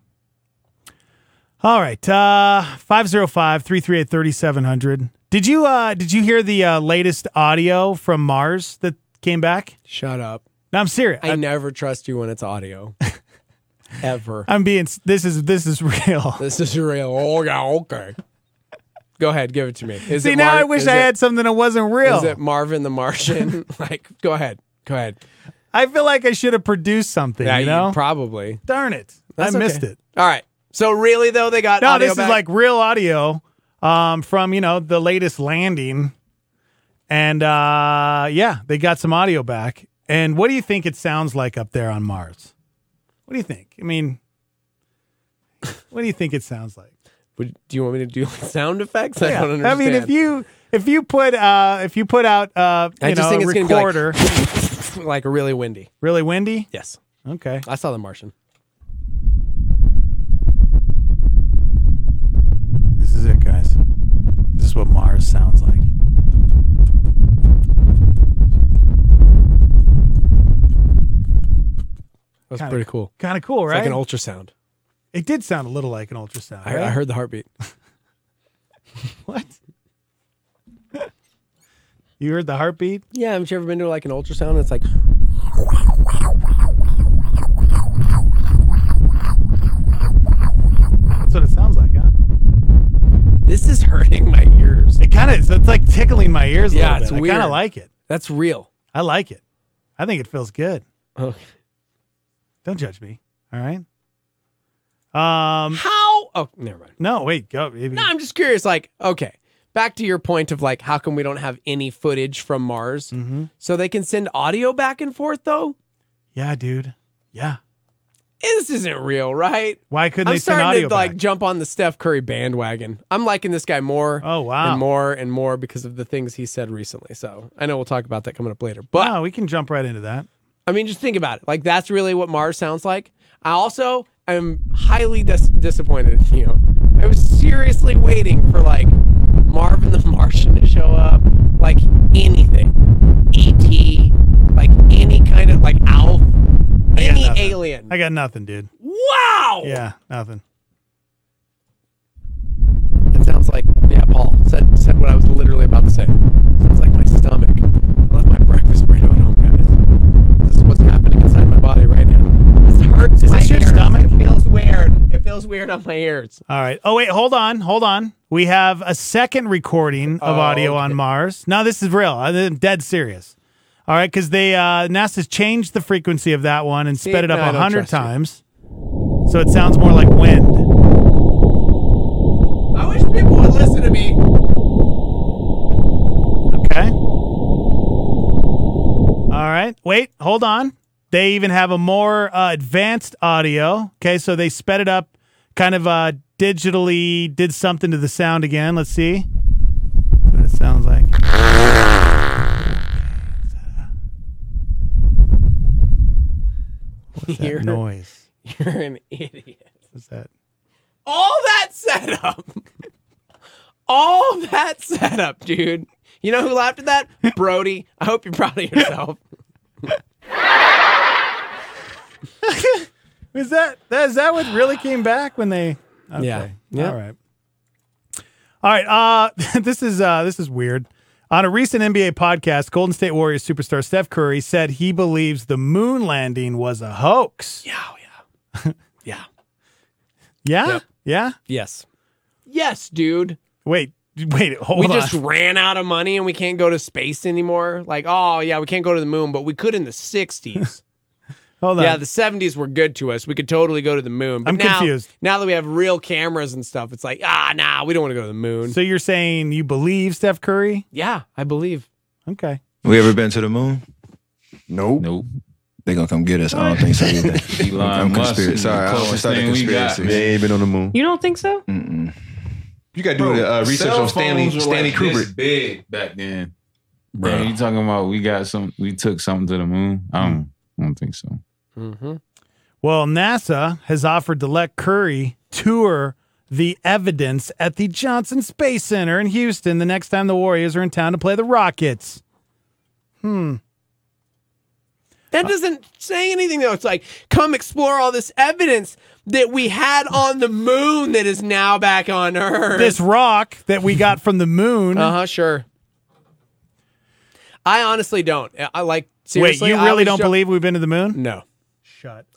S3: All right. Uh 505-338-3700. Did you uh did you hear the uh, latest audio from Mars that came back?
S2: Shut up.
S3: No, I'm serious.
S2: I, never trust you when
S3: [LAUGHS]
S2: it's audio. Ever.
S3: I'm being s- this is this is [LAUGHS] real.
S2: This is real. Oh yeah, okay. Go ahead, give it to me. Is
S3: See,
S2: it
S3: now
S2: Mar-
S3: I wish
S2: is
S3: I
S2: it-
S3: had something that wasn't real.
S2: Is it Marvin
S3: [LAUGHS]
S2: the Martian? [LAUGHS] like, go ahead, go ahead.
S3: I feel like I should have produced something,
S2: Yeah,
S3: you know?
S2: probably.
S3: Darn it.
S2: That's
S3: I missed
S2: okay.
S3: it.
S2: All right. So really though, they got
S3: No,
S2: audio
S3: this
S2: back?
S3: is like real audio um, from, you know, the latest landing. And uh, yeah, they got some audio back. And what do you think it sounds like up there on Mars? What do you think? I mean, what do you think it sounds like?
S2: Would, do you want me to do like, sound effects? [LAUGHS] I
S3: Yeah.
S2: don't understand.
S3: I mean, if you if you put uh, if you put out uh, you
S2: I
S3: know,
S2: just think it's
S3: a
S2: gonna be like-
S3: recorder,
S2: [LAUGHS] like really windy.
S3: really windy.
S2: Yes.
S3: Okay.
S2: I saw the Martian.
S3: This is it, guys. This is what Mars sounds like.
S2: That's
S3: Kinda-
S2: pretty cool.
S3: Kind of cool,
S2: It's
S3: right?
S2: like an ultrasound.
S3: it did sound a little like an ultrasound.
S2: I,
S3: right?
S2: I heard the heartbeat. [LAUGHS]
S3: what? [LAUGHS] you heard the heartbeat?
S2: Yeah, haven't you ever been to like an ultrasound? It's like
S3: That's what it sounds like, huh?
S2: this is [LAUGHS] hurting my ears.
S3: It kind of it's like tickling my ears. A
S2: Yeah,
S3: little
S2: it's
S3: bit. I kind
S2: weird.
S3: of like it.
S2: That's real.
S3: I like it. I think it feels good.
S2: Okay.
S3: Don't judge me. All right. Um.
S2: How? Oh, never mind.
S3: No, wait. Go. Maybe.
S2: No, I'm just curious. Like, okay, back to your point of like, how come we don't have any footage from Mars? So they can send audio back and forth though. Eh,
S3: Yeah, dude. Yeah.
S2: This isn't real, right?
S3: Why couldn't
S2: I'm
S3: they send
S2: starting
S3: audio
S2: to like
S3: back?
S2: jump on the Steph Curry bandwagon. I'm liking this guy more.
S3: Oh, wow.
S2: and more and more because of the things he said recently. So I know we'll talk about that coming up later. But
S3: Wow, we can jump right into that.
S2: I mean, just think about it. Like that's really what Mars sounds like. I also am highly dis- disappointed. You know, I was seriously waiting for like Marvin the [LAUGHS] Martian to show up, like anything, ET, like any kind of like owl,
S3: I got
S2: any
S3: nothing.
S2: alien.
S3: I got nothing, dude.
S2: Wow.
S3: Yeah, nothing.
S2: It sounds like yeah. Paul said said what I was literally about to say. Sounds like my stomach. I left my breakfast burrito at home, guys. This is what's happening inside my body right now. This hurts.
S3: Is
S2: my
S3: this your
S2: ears.
S3: stomach?
S2: It feels weird. It feels weird on my ears.
S3: All right. Oh wait, hold on, hold on. We have a second recording of
S2: Oh,
S3: audio on Mars. No, this is real. I'm dead serious. All right, because they uh, NASA's changed the frequency of that one and sped it up
S2: no, I
S3: a
S2: don't
S3: hundred
S2: trust you.
S3: times, so it sounds more like wind.
S2: I wish people would listen
S3: [LAUGHS]
S2: to me.
S3: Okay. All right. Wait, hold on. They even have a more uh, advanced audio. Okay, so they sped it up, kind of uh, digitally did something to the sound again. Let's see. That's what it sounds [LAUGHS] like. What's
S2: You're-
S3: that noise?
S2: You're an idiot.
S3: What's that?
S2: All that setup. All that setup, dude. You know who laughed at [LAUGHS] that? Brody. I hope you're proud of yourself.
S3: Is that, that is that what really came back when they? Okay.
S2: Yeah.
S3: [LAUGHS]
S2: Yeah.
S3: All right. All right. Uh, this is uh, this is weird. On a recent NBA podcast, Golden State Warriors superstar Steph Curry said he believes the moon landing was a hoax. Yeah,
S2: oh, Yeah.
S3: yeah, yeah.
S2: Yes. Yes, dude.
S3: Wait, wait, hold
S2: we
S3: on.
S2: just ran out of money and we can't go to space anymore. Like, oh yeah, we can't go to the moon, but we could in
S3: [LAUGHS]
S2: the '60s.
S3: hold on.
S2: Yeah, the '70s were good to us. We could totally go to the moon. But
S3: I'm
S2: now-
S3: confused.
S2: Now that we have real cameras and stuff, it's like, ah, nah, we don't want to go to the moon.
S3: so you're saying you believe Steph Curry?
S2: yeah, I believe.
S3: Okay.
S12: We ever been to the moon? Nope. Nope. They gonna come get us. I don't think so either.
S13: [LAUGHS] Elon
S12: I'm
S13: Musk
S12: conspiracy.
S13: is the
S12: Sorry, I don't want to
S13: closest
S12: start a
S13: thing we got,
S12: conspiracy.
S13: man. They
S12: ain't been on the moon.
S14: You don't think so?
S3: Mm.
S13: You got to
S12: Bro,
S13: do the uh, research
S12: cell
S13: on Stanley
S12: phones were
S13: Stanley
S12: like this
S13: Kubrick. Big back then,
S12: Bro.
S13: you talking about we got some? We took something to the moon. I don't, I don't think so.
S2: Mm-hmm.
S3: Well, NASA has offered to let Curry tour the evidence at the Johnson Space Center in Houston the next time the Warriors are in town to play the Rockets. Hmm.
S2: That doesn't say anything though. It's like, come explore all this evidence that we had on the moon that is now back on Earth.
S3: This rock that we got from the
S2: [LAUGHS]
S3: moon.
S2: Uh huh. Sure. I honestly don't. I- I like seriously.
S3: Wait, you
S2: I
S3: really
S2: always
S3: don't
S2: joke-
S3: believe we've been to the moon?
S2: No.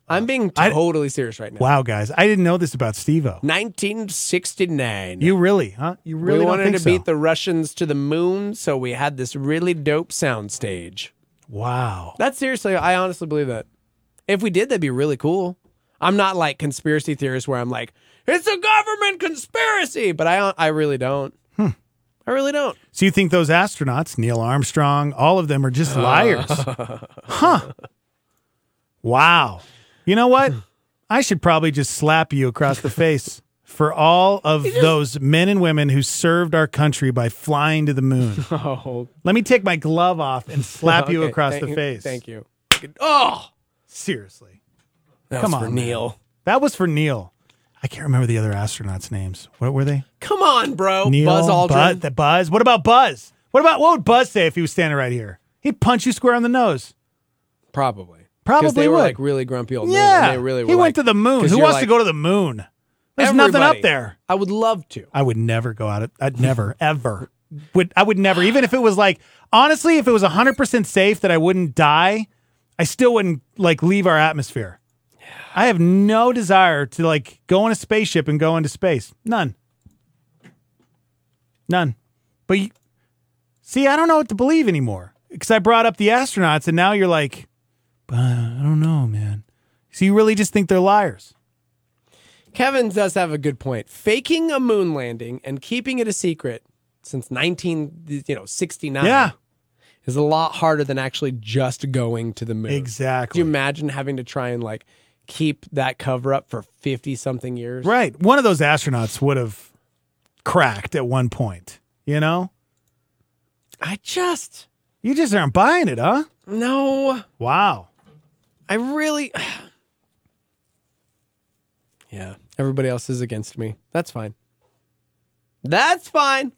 S2: I'm being
S3: I-
S2: totally serious right now.
S3: Wow, guys, I didn't know this about Steve-O.
S2: 1969.
S3: You really, huh? You really
S2: we
S3: don't
S2: wanted
S3: think
S2: to
S3: so?
S2: beat the Russians to the moon, so we had this really dope soundstage.
S3: Wow.
S2: That's seriously, I honestly believe that. If we did, that'd be really cool. I'm not like conspiracy theorist where I'm like, it's a government conspiracy, but I I really don't.
S3: Hmm.
S2: I really don't.
S3: So you think those astronauts, Neil Armstrong, all of them are just liars? huh. Wow. You know what? I should probably just slap you across the face for all of those men and women who served our country by flying to the moon.
S2: Oh,
S3: Let me take my glove off and slap you
S2: Okay,
S3: across
S2: thank
S3: the
S2: you-
S3: face.
S2: Thank you. Oh,
S3: seriously.
S2: That
S3: Come
S2: was for
S3: on, man.
S2: Neil.
S3: That was for Neil. I can't remember the other astronauts' names. What were they?
S2: Come on, bro.
S3: Neil,
S2: Oh, Buzz Aldrin.
S3: Bu- the Buzz. What about Buzz? What about what would Buzz say if he was standing right here? He'd punch you square on the nose.
S2: Probably.
S3: 'Probably
S2: Because they were
S3: would.
S2: like really grumpy old men,
S3: yeah,
S2: and they really
S3: he
S2: were,
S3: went
S2: like-
S3: to the moon.
S2: 'cause
S3: Who
S2: you're
S3: wants to
S2: like,
S3: go to the moon? There's nothing
S2: "Everybody."
S3: up there.
S2: I would love to.
S3: I would never go out. Of, I'd never [LAUGHS] ever would. I would never. Even if it was like honestly, if it was hundred percent safe that I wouldn't die, I still wouldn't like leave our atmosphere. I have no desire to like go on a spaceship and go into space. None. None. But you, see, I don't know what to believe anymore because I brought up the astronauts, and now you're like, "Uh, I don't know, man. So you really just think they're liars?
S2: Kevin does have a good point. Faking a moon landing and keeping it a secret since 19 you know 69
S3: Yeah.
S2: is a lot harder than actually just going to the moon.
S3: Exactly.
S2: Do you imagine having to try and like keep that cover up for 50 something years?
S3: Right. One of those astronauts would have cracked at one point, you know?
S2: I just
S3: You just aren't buying it, huh?
S2: no.
S3: Wow.
S2: I really [SIGHS] Yeah, everybody else is against me. That's fine. That's fine.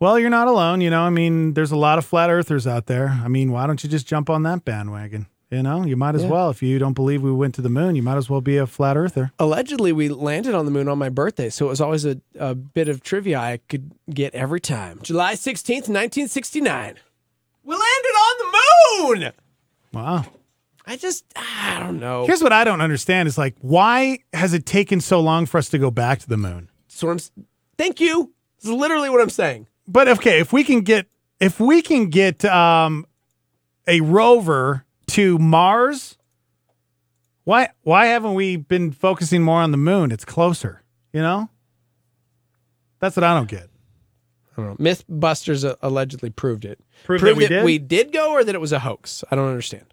S3: Well, you're not alone, you know? I mean, there's a lot of flat earthers out there. I mean, why don't you just jump on that bandwagon? You know, you might as
S2: Yeah.
S3: well. If you don't believe we went to the moon, you might as well be a flat earther.
S2: allegedly we landed on the moon on my birthday so it was always a, a bit of trivia i could get every time july 16th 1969 we landed on the moon
S3: Wow.
S2: i just i don't know
S3: Here's what I don't understand is like, why has it taken so long for us to go back to the moon?
S2: so i'm s- thank you this is literally what i'm saying
S3: But okay, if we can get if we can get um a rover to Mars, why why haven't we been focusing more on the moon? It's closer, you know? That's what I don't get.
S2: I don't know. mythbusters a- allegedly proved it
S3: Proved that
S2: proved
S3: we did?
S2: we did go or that it was a hoax i don't understand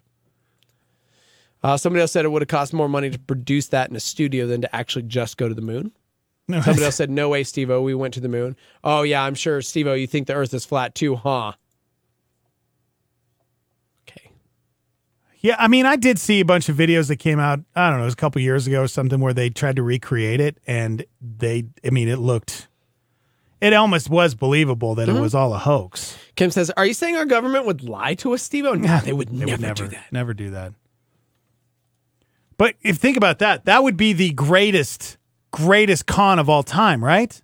S2: uh, somebody else said it would have cost more money to produce that in a studio than to actually just go to the moon
S3: No,
S2: Somebody else said, "No way, Steve-O. We went to the moon." Oh yeah, I'm sure, Steve-O. You think the Earth is flat too, huh?
S3: [LAUGHS] Yeah, I mean, I did see a bunch of videos that came out, I don't know, it was a couple years ago or something where they tried to recreate it and they I mean, it looked it almost was believable
S2: Mm-hmm.
S3: that it was all a hoax.
S2: Kim says, "Are you saying our government would lie to us, Steve-O? No, they would, never, do that.
S3: Never do that. But if think about that, that would be the greatest, greatest con of all time, right?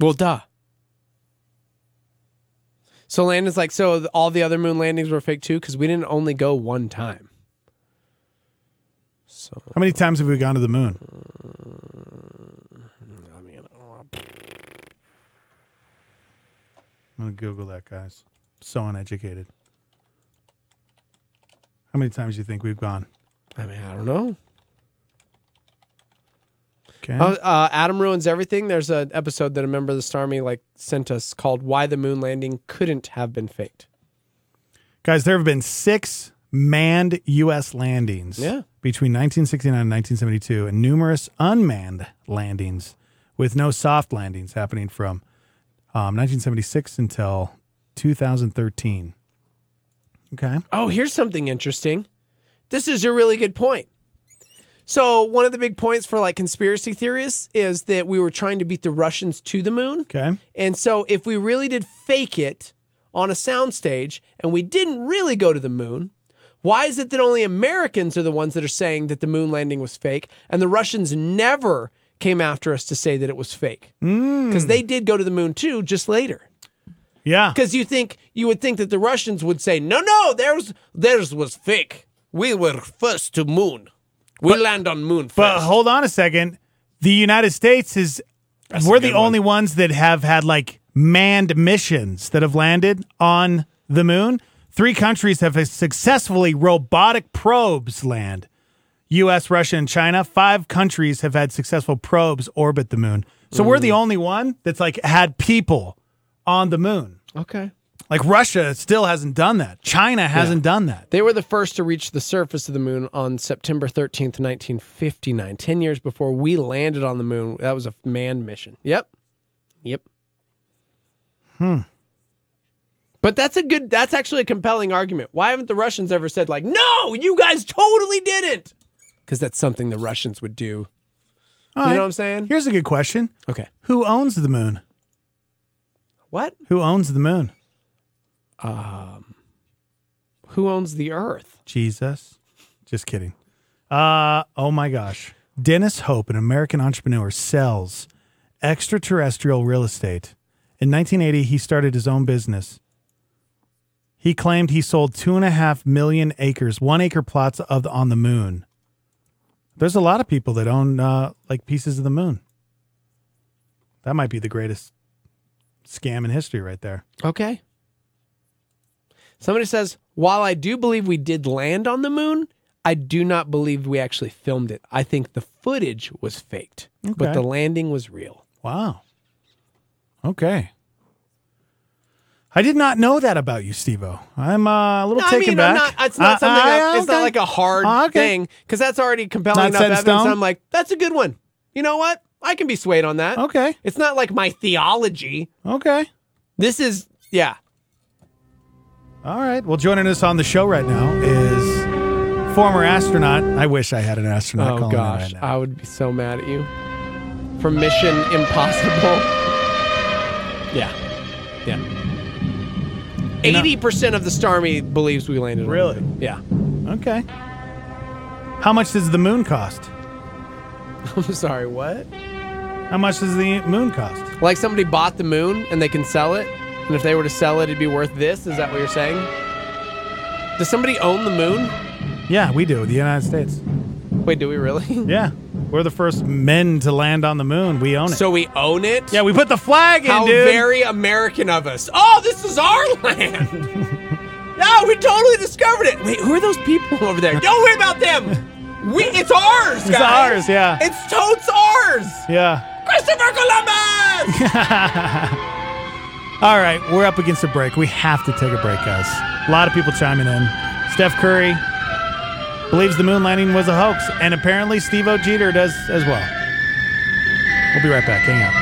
S2: Well, duh. So Landon's like, so th- all the other moon landings were fake too, because we didn't only go one time.
S3: How many times have we gone to the moon? I'm gonna Google that, guys. So uneducated. How many times do you think we've gone?
S2: I mean, I don't know.
S3: Okay.
S2: Oh, uh, Adam ruins everything. There's an episode that a member of the Star Army like sent us called "Why the Moon Landing Couldn't Have Been Faked."
S3: Guys, there have been six manned U.S. landings
S2: Yeah.
S3: between 1969 and 1972, and numerous unmanned landings with no soft landings happening from um, 1976 until 2013. Okay.
S2: Oh, here's something interesting. This is a really good point. So, one of the big points for like conspiracy theorists is that we were trying to beat the Russians to the moon.
S3: Okay.
S2: And so, if we really did fake it on a soundstage and we didn't really go to the moon, why is it that only Americans are the ones that are saying that the moon landing was fake and the Russians never came after us to say that it was fake? Because they did go to the moon too, just later.
S3: Yeah.
S2: Because you think you would think that the Russians would say, "No, no, theirs theirs was fake. We were first to moon. We land on moon first.
S3: But hold on a second. The United States is we're the only ones that have had like manned missions that have landed on the moon. Three countries have successfully robotic probes land. US, Russia, and China. Five countries have had successful probes orbit the moon. So we're
S2: Mm.
S3: the only one that's like had people on the moon.
S2: Okay.
S3: Like Russia still hasn't done that. China hasn't done that.
S2: They were the first to reach the surface of the moon on September 13th, 1959, 10 years before we landed on the moon. That was a manned mission. Yep. Yep.
S3: Hmm.
S2: But that's a good that's actually a compelling argument. Why haven't the Russians ever said like, "No, you guys totally didn't." Cuz that's something the Russians would do.
S3: All
S2: you
S3: right.
S2: know what I'm saying?
S3: Here's a good question.
S2: Okay.
S3: Who owns the moon?
S2: What?
S3: Who owns the moon?
S2: Um who owns the earth?
S3: Jesus. Just kidding. Uh, oh my gosh. Dennis Hope, an American entrepreneur, sells extraterrestrial real estate. In 1980, he started his own business. He claimed he sold two and a half million acres, one acre plots of on the moon. There's a lot of people that own uh, like pieces of the moon. That might be the greatest scam in history, right there.
S2: Okay. Somebody says, while I do believe we did land on the moon, I do not believe we actually filmed it. I think the footage was faked,
S3: Okay.
S2: but the landing was real.
S3: Wow. Okay. I did not know that about you, Stevo. I'm uh, a little
S2: No, I
S3: taken
S2: mean, I'm
S3: back.
S2: not, it's not
S3: Uh,
S2: something.
S3: I-
S2: I- it's not
S3: okay.
S2: like a hard
S3: Ah, okay.
S2: thing because that's already compelling
S3: Not
S2: enough
S3: set in
S2: evidence.
S3: stone?
S2: I'm like, that's a good one. You know what? I can be swayed on that.
S3: Okay.
S2: It's not like my theology.
S3: Okay.
S2: This is yeah.
S3: All right. Well, joining us on the show right now is former astronaut. I wish I had an astronaut.
S2: Oh
S3: calling in
S2: gosh,
S3: right
S2: I would be so mad at you for Mission Impossible. Yeah. Yeah. Eighty percent of the Star Army believes we landed. on the
S3: Really?
S2: moon. Yeah.
S3: now. Okay. How much does the moon cost?
S2: I'm sorry. What?
S3: How much does the moon cost?
S2: Like somebody bought the moon and they can sell it, and if they were to sell it, it'd be worth this. Is that what you're saying? Does somebody own the moon?
S3: Yeah, we do. The United States.
S2: Wait, do we really?
S3: Yeah, we're the first men to land on the moon. We own it.
S2: So we own it.
S3: yeah, we put the flag in,
S2: How
S3: dude.
S2: very American of us. Oh, this is our
S3: [LAUGHS]
S2: land. yeah, we totally discovered it. Wait, who are those people over there? Don't worry about them. We, it's ours, guys.
S3: It's ours, yeah.
S2: It's totes ours.
S3: yeah.
S2: Christopher Columbus.
S3: All right, we're up against a break. We have to take a break, guys. A lot of people chiming in. Steph Curry believes the moon landing was a hoax, and apparently Steve O. Jeter does as well. We'll be right back. Hang on.